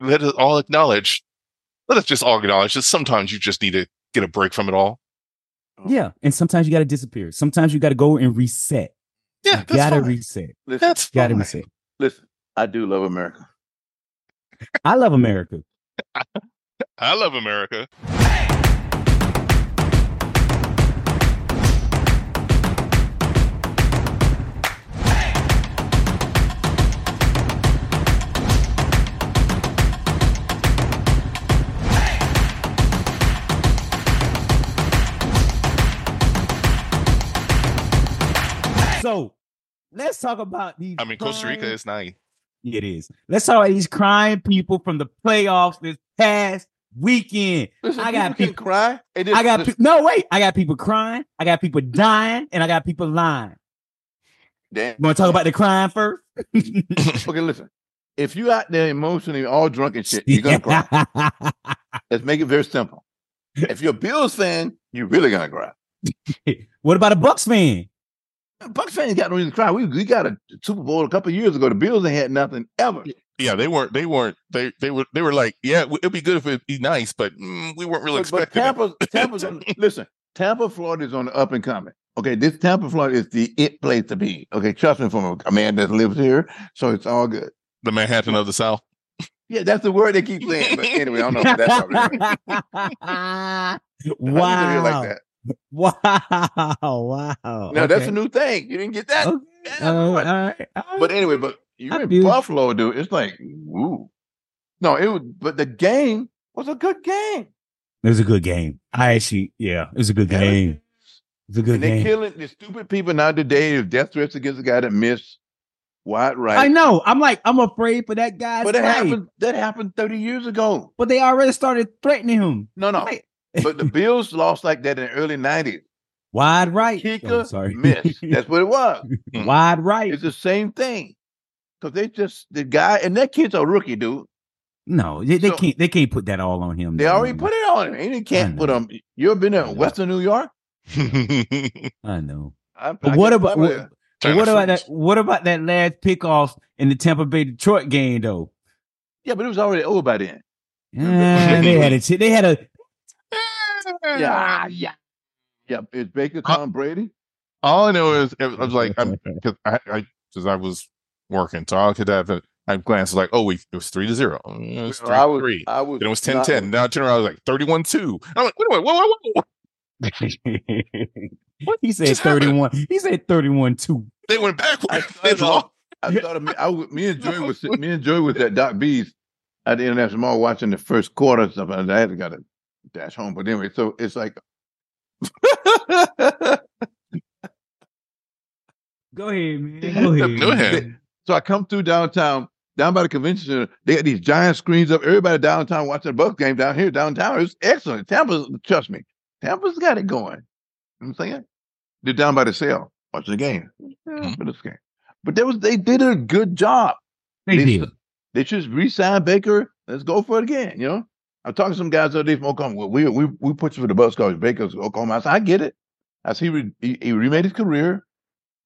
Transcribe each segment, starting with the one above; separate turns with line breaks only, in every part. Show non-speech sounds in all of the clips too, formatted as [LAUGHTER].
let us all acknowledge. Let us just all acknowledge that sometimes you just need to get a break from it all.
Oh.
Yeah, and [LAUGHS] sometimes you got to disappear. Sometimes you got to go and reset.
Yeah,
You
that's
gotta
fine.
reset.
Listen,
that's
Gotta
fine.
reset.
listen, I do love America.
I love America.
I love America.
So let's talk about these.
I mean, Costa Rica
crime-
is nine.
It is. Let's talk about these crying people from the playoffs this past weekend.
Listen,
I got
people can
people-
cry. And
I got
listen,
pe- no wait. I got people crying. I got people dying, and I got people lying.
damn.
Want to talk about the
[LAUGHS]
crying first?
Okay, listen. If you out there emotionally all drunk and shit, you're gonna
[LAUGHS]
cry. Let's make it very simple. If you're a Bills fan, you're really gonna cry.
what about a Bucks fan?
Bucks fans got no reason to cry. We, we got a Super Bowl a couple of years ago. The Bills ain't had nothing ever.
Yeah, they weren't. They weren't. They they were. They were like, yeah, w- it'd be good if it'd be nice, but mm, we weren't really
But, but
expecting it.
Tampa, Tampa's
[LAUGHS]
on, listen, Tampa, Florida is on the up and coming. Okay, this Tampa, Florida is the it place to be. Okay, trust me from a man that lives here, so it's all good.
the Manhattan of the
[LAUGHS]
South.
Yeah, that's the word they keep saying. But anyway, I don't know if that's how it is.
[LAUGHS]
I didn't hear it
wow.
Like that.
Wow. [LAUGHS] Wow.
Now that's a new thing. You didn't get that.
Okay.
Yeah,
Oh,
[LAUGHS]
all
but,
right. all
but
right.
anyway, but you're
I
in
do.
Buffalo, dude. It's like, ooh. No, it was but the game was a good game.
It was a good game. I actually, yeah, it was a good
Yeah.
game. It was a good
and they
game.
killing the stupid people now today if death threats against a guy that missed wide right.
I know. I'm like, I'm afraid for that guy's
But that
life.
happened that happened 30 years ago.
But they already started threatening him.
No, no.
Right.
but the Bills lost like that in the early 90s.
Wide right.
Kicker
Oh, sorry. [LAUGHS]
missed. That's what it was.
Wide right.
It's the same thing. Because they just the guy and that kid's a rookie, dude.
No, they, they
So-
can't. They can't put that all on him.
They
though.
already put it on him. And you can't
I
put
know.
him. You ever been
I know.
in Western New York?
I know.
I, I
But what
can't
about
remember that.
what, but what about that? What about that last pickoff in the Tampa Bay Detroit game though?
Yeah, but it was already over by then.
Ah, they had a ch- they had a
Yeah, yeah. Yeah, it's Baker
Uh,
Tom Brady.
All I know is I was like, I'm because I because I, was working, so I could have it. I glanced like, oh, we it was three to zero. Mm, It was three
I was,
three.
I was,
Then it was 10
not-
10. Now I turned around, I was like 31 2. I'm like, wait a minute, whoa, whoa, whoa.
[LAUGHS] he said
just happened?
thirty one. He said thirty one two.
They went [LAUGHS]
[LAUGHS]
I
backwards. They
started
lost.
off- I thought of me, I was, me and Joy was sit- me and Joy was at Doc B's at the International Mall watching the first quarter and stuff, and I had to got to dash home. But anyway, so it's
[LAUGHS]
like [LAUGHS]
Go ahead, man.
Go
Go
ahead.
ahead.
Go ahead.
so I come through downtown, down by the convention center. They got these giant screens up. Everybody downtown watching the Bucks game down here downtown. It's excellent. Tampa, trust me, Tampa's got it going. You know what I'm saying they're down by the sale watching the game. Yeah, for this game. But there was they did a good job.
They
They
did.
should- They should re-sign Baker. Let's go for it again. You know, I was talking to some guys the other day from Oklahoma. Well, we we we put you for the bus coach. Baker's Oklahoma. I said, I get it. I said, he, re, he he remade his career.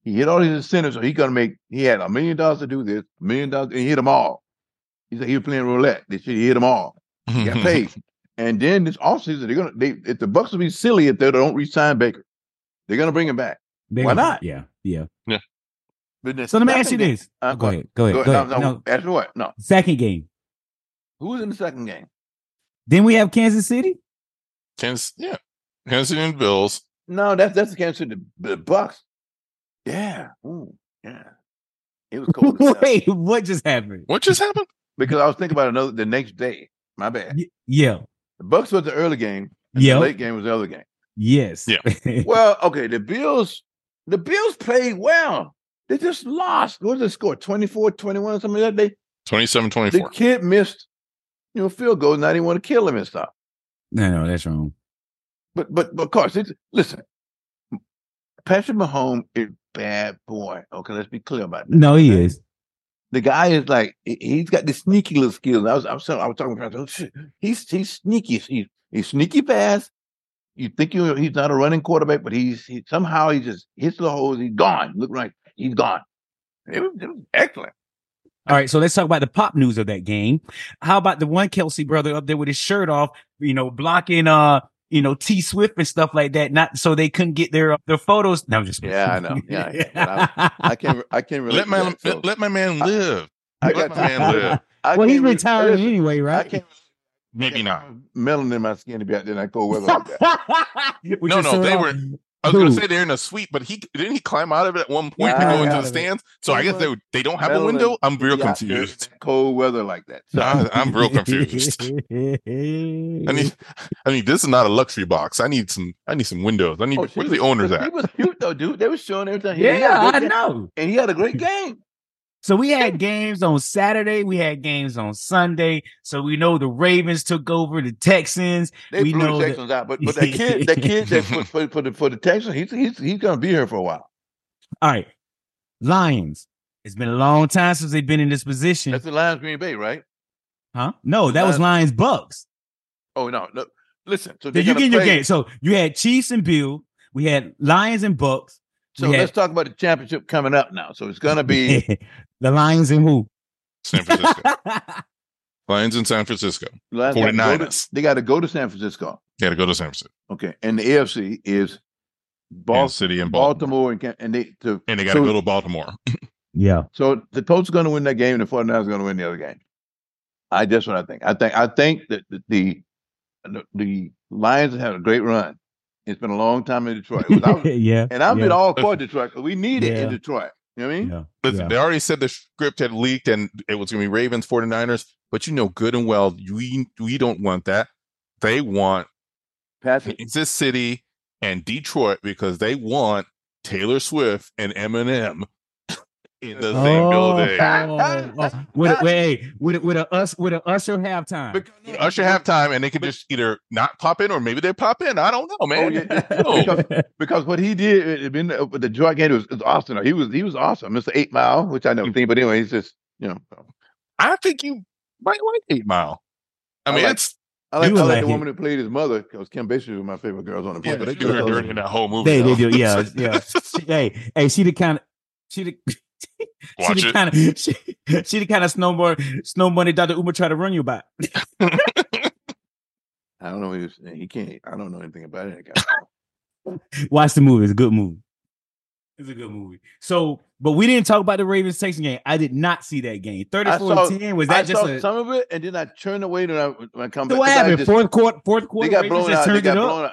He hit all his incentives, so he gonna make. He had a million dollars to do this, a million dollars, and he hit them all. He said he was playing roulette. This year he hit them all. He got [LAUGHS] paid. and then this offseason, they're gonna they if the Bucks will be silly if they don't re-sign Baker. They're gonna bring him back.
They
Why
did.
not?
Yeah, yeah.
But the
So let me ask you
second game-
this.
Uh,
go ahead. Go ahead. Go, ahead.
No,
No,
no, Ask me what? No.
Second game.
Who was in the second game?
Then we have Kansas City.
Kansas, yeah. Kansas City and Bills.
No, that's that's against the, the Bucks. Yeah, Ooh, yeah. It was
[LAUGHS]
cold as hell.
Wait, what just happened?
What just happened?
because I was thinking about another the next day. My bad.
Y- yeah.
The Bucks was the early game. and
Yeah.
The late game was the other game.
Yes.
Yeah.
Well, okay. The Bills, the Bills played well. They just lost. What was the score? 24, 21, or something like that.
27
They, the
24.
kid missed, you know, field goal, and I didn't want to kill him and stuff.
[LAUGHS] no, no, that's wrong.
But but but of course, it's, listen, Patrick Mahomes is a bad boy. Okay, let's be clear about that.
No, he is.
the guy is like he- he's got the sneaky little skills. I was I was, telling- I was talking about oh, shit. he's he's sneaky. He's he's sneaky fast. You think you he's not a running quarterback, but he's he, somehow he just hits the holes. He's gone. Look right, he's gone. It was, it was excellent.
All right, so let's talk about the pop news of that game. How about the one Kelsey brother up there with his shirt off, you know, blocking uh, you know, T Swift and stuff like that, not so they couldn't get their their photos. No, I'm just
Yeah, I know. Yeah, yeah. But
[LAUGHS]
I can't. I can't relate.
Let
to
my
that, so
let, let my man
I-
live.
I
let
got
my man live.
I
well, he's
can't re-
retiring
listen,
anyway,
I
right?
[LAUGHS]
can't.
Maybe not.
Melanin in my skin to be out there in that cold weather
[LAUGHS]
like that.
With
No,
your
no,
shirt
they
off.
were- I was gonna
Who?
say they're in a suite, but he didn't he climb out of it at one point
Yeah,
to go into
out
the
of it.
stands. So I guess they they don't have a
Melanin
window. I'm real
Be out there in
confused.
that Cold weather like that. So,
Nah, I'm real
[LAUGHS]
confused. I need, I mean, this is not a luxury box. I need some, I need some windows. I need.
Oh,
Where's
she
where
was-
the owners
He
at?
was cute though, dude. They were showing everything. He- he had a
yeah,
good
I
game,
know.
And he had a
[LAUGHS]
great game.
So we had games on Saturday. We had games on Sunday. So we know the Ravens took over the Texans.
They
We
blew the
know that-
Texans out, but but that kid,
[LAUGHS]
that kid that for, for, for the for the Texans, he's he's he's gonna be here for a while.
All right. Lions. It's been a long time since they've been in this position.
That's the Lions Green Bay, right?
Huh? No, that was Lions Bucks.
Oh no, no. Listen, so
Did
they're
you
gonna
get your
play-
game? So you had Chiefs and Bill. We had Lions and Bucks.
So
Yeah.
let's talk about the championship coming up now. So it's gonna
[LAUGHS]
be
the Lions and who?
San Francisco Lions in San Francisco.
Lions gotta go to-
49ers.
They got to go to San Francisco.
Got to go to San Francisco,
Okay, and the AFC is
Kansas
Boston,
City, and Baltimore,
Baltimore, and Can- and they to
and they got to
So-
go to Baltimore.
[LAUGHS] yeah.
So the Colts are going to win that game, and the 49ers are going to win the other game. I that's what I think. I think I think that the the, the Lions have had a great run. It's been a long time in Detroit, and I'm,
[LAUGHS] yeah.
and I'm
yeah.
in all for Detroit. 'cause We need it in
Yeah.
Detroit. You know what I mean?
yeah,
Listen,
yeah.
they already said the script had leaked, and it was going to be Ravens 49ers. But you know good and well, we we don't want that. They want
Pass it.
Kansas City and Detroit because they want Taylor Swift and Eminem [LAUGHS] in the same building.
oh,
[LAUGHS]
oh. Would it, wait, would it, would a us would a Usher halftime?
Because-
Usher halftime, and they could just either not pop in or maybe they pop in. I don't know, man.
Oh,
[LAUGHS]
yeah, yeah. because, because what he did it- it been with the Detroit game was, was awesome. He was he was awesome. Mr. Eight Mile, which I
Mm.
never seen, but anyway, he's just you know.
I think you might like Eight Mile. I
I
mean,
like-
it's
I like, I
You would
like
like
the
it.
woman who played his mother because Kim Basinger was my favorite girls on the
yeah,
planet.
but they
She
do
was
her
awesome.
dirty in that whole movie.
They- they
though. [LAUGHS]
do, yeah, yeah. She- hey, hey, she the kind of she the [LAUGHS]
Watch
she the
it.
kind of [LAUGHS] she, she the kind of snowboard snow money Dr. Uma try to run you by. [LAUGHS]
I don't know. He, was, he can't. I don't know anything about it. that guy.
Watch the movie; it's a good movie. It's a good movie. So, but we didn't talk about the Ravens Texans game. I did not see that game. Thirty-four
saw-
to ten was
I
that just
saw
a?
some of it, and then I turned away when I when I come back.
so what
'cause I
happened?
just-
fourth quarter, fourth quarter.
they got
Ravens
blown
just
out. They
turned
got
it up.
blown out.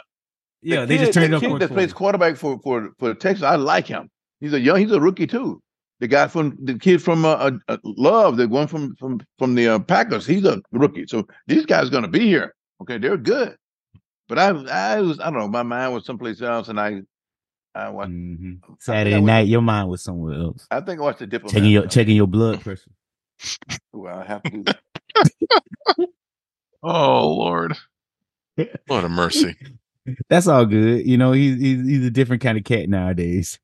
The
yeah, they
kid-
just turned
the
it up.
kid
fourth
that plays
quarter.
quarterback for for for the Texans. I like him. He's a young. He's a rookie too. The guy from the kid from uh, uh, uh, Love, the one from from from the uh, Packers. He's a rookie. So these guys are gonna be here. Okay, they're good. But I I was I don't know. My mind was someplace else, and I I watched.
Mhm.
I think I
Saturday
watched-
night, your mind was somewhere else.
I think I watched the diplomat.
Checking your checking your
[LAUGHS]
blood pressure.
Well, I have to do that.
Oh Lord, what a [LAUGHS] mercy!
[LAUGHS] That's all good. You know, he's he's, he's a different kind of cat nowadays.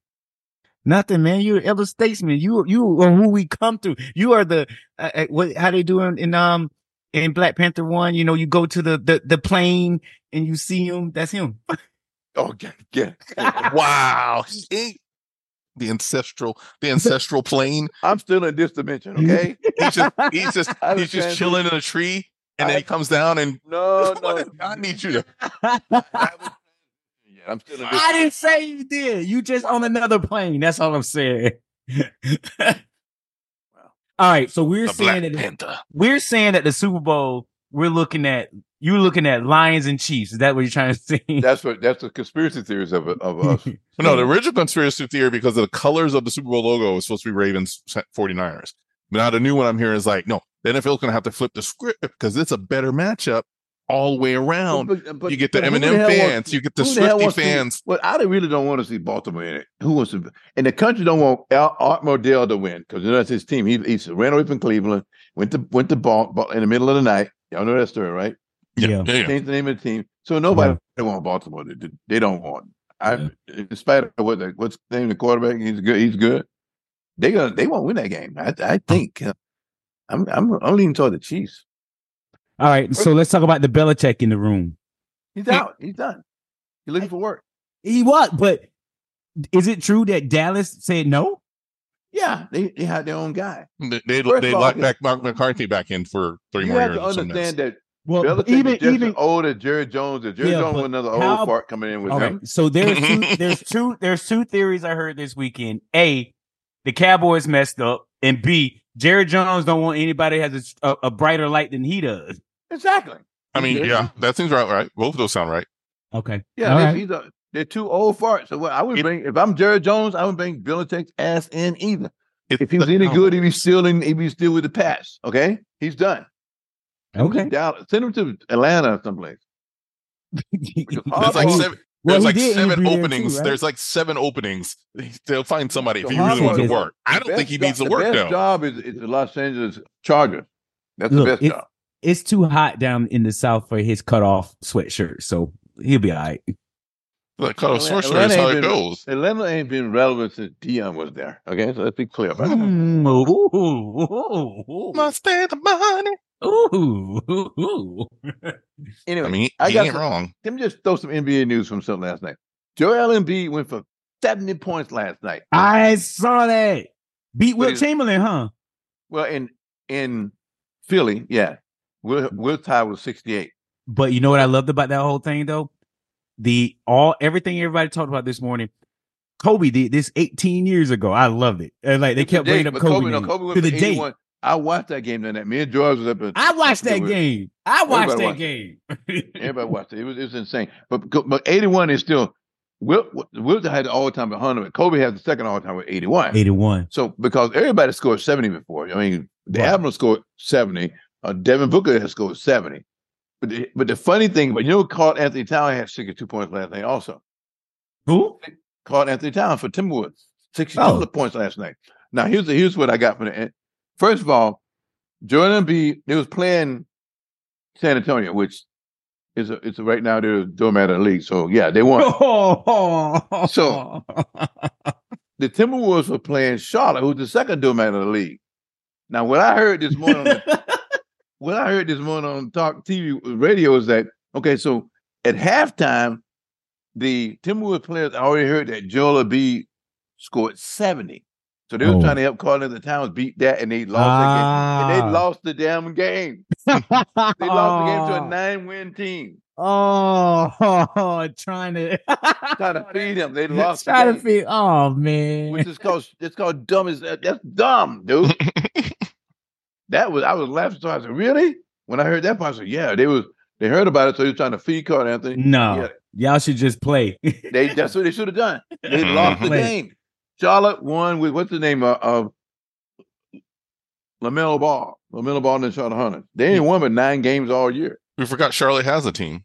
Nothing, man. You're an elder statesman. You you are who we come through. You are the uh, uh, what? How they doing in um in Black Panther one? You know, you go to the the, the plane and you see him. That's him. [LAUGHS]
Oh, yeah, yeah. [LAUGHS]
wow, he ate the ancestral, the ancestral plane.
I'm still in this dimension.
[LAUGHS]
Okay.
He's just, he's
[LAUGHS]
just,
I
he's just
understand.
chilling in a tree, and then
I-
he comes down and. [LAUGHS]
No, no.
I need you to.
I
I was- [LAUGHS] yeah, I'm still in
[LAUGHS]
this.
didn't say you did. You just on another plane. That's all I'm saying. [LAUGHS] all right, so we're
The
saying
Black
that
Panther.
we're saying that the Super Bowl, we're looking at you're looking at Lions and Chiefs. Is that what you're trying to [LAUGHS] say?
That's what. That's the conspiracy theories of of us.
[LAUGHS] No, the original conspiracy theory because of the colors of the Super Bowl logo was supposed to be Ravens 49ers. But now the new one I'm hearing is like, no, the NFL's going to have to flip the script because it's a better matchup all the way around.
But- but-
you get the
but who
Eminem
hell
fans,
wants-
you get the
who hell
Swifty
wants to-
fans.
well, I don't- really don't want to see Baltimore in it. Who wants to? And the country don't want Al, Art Modell to win because that's his team. He, he ran away from Cleveland, went to went to Bal, Bal- in the middle of the night. Y'all know that story, right?
Yeah.
yeah.
Changed the name of the team. So nobody want Baltimore. They, they don't want. I, in spite of what the, what's the name of the quarterback, he's good. He's good. They gonna they won't win that game. I I think. uh, I'm I'm I'm leaning toward the Chiefs.
[LAUGHS] All right, so let's talk about the Belichick in the room.
He's out. He's done. He's looking for work.
He what? But is it true that Dallas said no?
Yeah, they, they had their own guy.
They they,
First
they
of all,
locked
yeah.
back Mark McCarthy back in for three
you
more
have
years.
to
or something
understand that
Well,
Belichick
even
is just
even
as old as Jared Jones. If Jared
Yeah,
Jones
but
was another
how-
old fart coming in with
all
him,
right. So there's two, there's two there's two theories I heard this weekend. A, the Cowboys messed up, and B, Jared Jones don't want anybody that has a, a brighter light than he does.
exactly.
I mean, yeah, that seems right. Right, both of those sound right.
Okay.
Yeah,
All
they-
right.
he's a, they're two old farts. So what I would
It-
bring if I'm Jared Jones, I would bring Belichick's ass in either.
It's
If he was
the
any
Cowboys.
good, he'd be still in. He'd be still with the pass. Okay, he's done. [LAUGHS]
Okay.
Dallas, send him to Atlanta or someplace.
There's like
Harbaugh-
seven.
Well,
There's
he
like
did
seven
interview there too,
openings.
right?
There's like seven openings. They'll find somebody if
So
he really wants to
Harbaugh-
work. I
The
don't think
best
he needs
job-
to work
The best
though.
job is, is the Los Angeles Chargers. That's
Look,
the best
it-
job.
It's too hot down in the south for his cutoff sweatshirt, so he'll be all
[LAUGHS]
right.
Like, cut off
Atlanta-
short, short,
Atlanta
that's how
ain't
it
been-
goes.
Atlanta ain't been relevant since Dion was there. Okay, so let's be clear
[LAUGHS]
about it.
Mm, ooh, ooh,
Must pay the money.
ooh, ooh, [LAUGHS] ooh.
Anyway,
I mean, he,
I
he
got
ain't
some-
wrong.
let me just throw some NBA news from something last night. Joel Embiid went for seventy points last night.
I saw that. Beat Will
Please.
Chamberlain, huh?
Well, in in Philly, yeah, Will
Mm.
Will Ty was sixty eight.
But you know what I loved about that whole thing though? The all everything everybody talked about this morning. Kobe did this 18 years ago. I loved it. And like they kept bringing up Kobe,
no,
name.
Kobe went
to
for
the date.
81. I watched that game that night. Me and George was up. At,
I watched that
Yeah, we-
game. I watched
Everybody
that
watched
game. [LAUGHS]
Everybody watched it. It was, it was insane. But but eighty one is still. Will Will Ty had the all time at hundred. but Kobe has the second all time with eighty one.
81.
So because everybody scored 70 before. I mean, the
Right.
Admiral scored 70. Uh, Devin Booker has scored 70. But the, but the funny thing, but you know, Carl Anthony Town had 62 points last night also.
Who?
Carl Anthony Town for Timberwolves, 62
Oh.
points last night. Now, here's the, here's what I got from the end. First of all, Jordan B, they was playing San Antonio, which is a, it's a, right now they're a doormat of the league. So, yeah, they won.
[LAUGHS]
So- the Timberwolves were playing Charlotte, who's the second doormat of the league. Now, what I heard this morning, on the, what I heard this morning on Talk TV radio is that okay, so at halftime, the Timberwolves players already heard that Joel B scored seventy, so they were
Oh.
trying to help Carl the Towns beat that, and they lost. that game. And
Ah.
they lost the damn game. They lost the game
Ah.
to a nine-win team.
Oh, [LAUGHS] trying to
Trying to feed them,
[LAUGHS]
they lost. the
Trying to
game.
feed. Oh man.
which is called it's called dumb as that's dumb,
[LAUGHS]
dude. that was I was laughing so I said, really? When I heard that part, I said, yeah, they was they heard about it, so they was trying to feed Carl Anthony.
No, y'all should just play. [LAUGHS]
They that's what they should have done. They lost the
Wait.
game. Charlotte won with what's the name of, of Lamelo Ball, Lamelo Ball and Charlotte Hunter. They ain't won but nine games all year. Uh,
We forgot Charlotte has a team.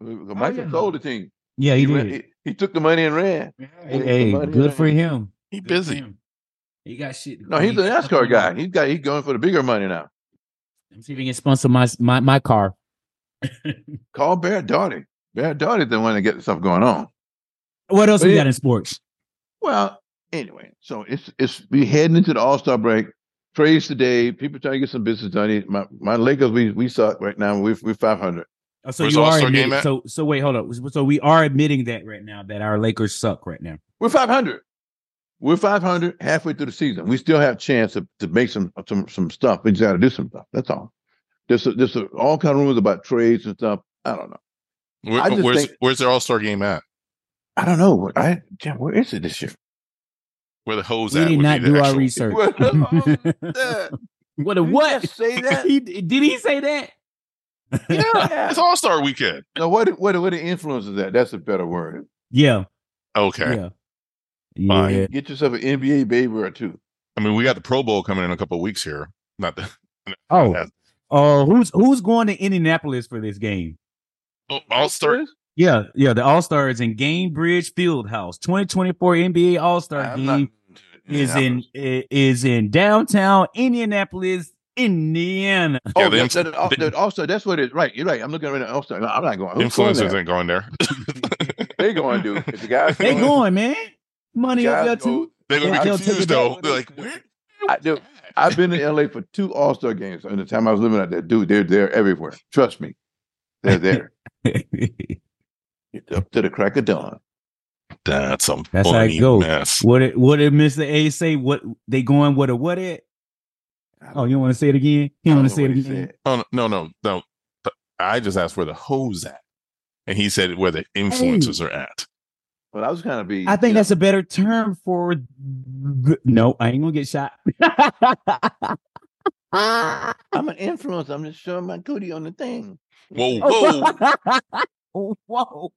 Michael
Oh, yeah.
sold the team.
yeah,
He, went- he, he took the money and ran.
Hey,
He-
hey,
the money
good
and
for
ran.
him.
He
Good
busy.
for him. He got shit.
No, he's
he
an
got-
NASCAR guy. He's got he's going for the bigger money now.
Let me see if he can sponsor my my, my car.
Call Bear Darty. Bear Darty's the one that gets stuff going on.
What else
But
we
Oh, yeah.
got in sports?
Well, anyway, so it's it's we heading into the All Star break. Trades today. People trying to get some business done. My my Lakers, we we suck right now. We're we're five hundred.
Oh, so
Where's
you
the
are
All-Star game
admitting,
at?
so so wait, hold up. So we are admitting that right now that our Lakers suck right now.
We're five hundred. We're five hundred halfway through the season. We still have chance to, to make some some some stuff. We just got to do some stuff. That's all. There's a, there's a, all kind of rumors about trades and stuff. I don't know.
Where,
I just
where's
think-
where's their All Star game at?
I don't know. I damn, where is it this year?
Where the hose
We
at?
did
would
not
be the
do our
actual- [LAUGHS] Oh,
research. [LAUGHS]
What? Uh,
what a
you
what?
just say that?
[LAUGHS] He, did he say that?
[LAUGHS]
Yeah, it's All Star weekend.
No, what what what influence is that? That's a better word.
[LAUGHS] Yeah.
Okay.
Yeah.
Fine.
Oh, Yeah.
Get yourself an NBA baby or two.
I mean, we got the Pro Bowl coming in a couple of weeks here. Not the
Oh.
Yeah.
Oh, who's who's going to Indianapolis for this game?
All Star.
Yeah, yeah, the All Stars in Gamebridge Fieldhouse, 2024 NBA All Star
I'm
game
not-
is
Yeah, I'm-
in i- is in downtown Indianapolis,
[LAUGHS]
Indiana.
Yeah,
Oh,
the
yeah,
inf-
that- that-
the-
that also that's what it. Right, you're right. I'm looking at it. Also, I'm not
Oh,
going. Who's going
Influencers
there?
ain't going there.
They going to if the guys.
They going, man. Money up
guys
there
go-
too.
They're gonna
Yeah,
be
they'll take
confused
it back
though.
with
They're
us.
like, where?
I do. I've been in LA for two All Star games. And the time I was living out there, dude, they're there everywhere. Trust
[LAUGHS]
me, they're there It's up to the crack of dawn.
That's some
That's how it
funny
goes.
mess.
What did what did Mr. A say? What they going? What a what it? Oh, you don't want to say it again? You
I
don't want
don't know
to say it
what he
again?
said.
Oh no, no, no. no. I just asked where the hoes at, and he said where the influencers are at.
But I was kind of be.
I think
you
that's
know,
a better term for. No, I ain't gonna get shot. [LAUGHS]
I'm an
Oh,
influencer. I'm just showing my cootie on the thing.
Whoa, whoa!
whoa,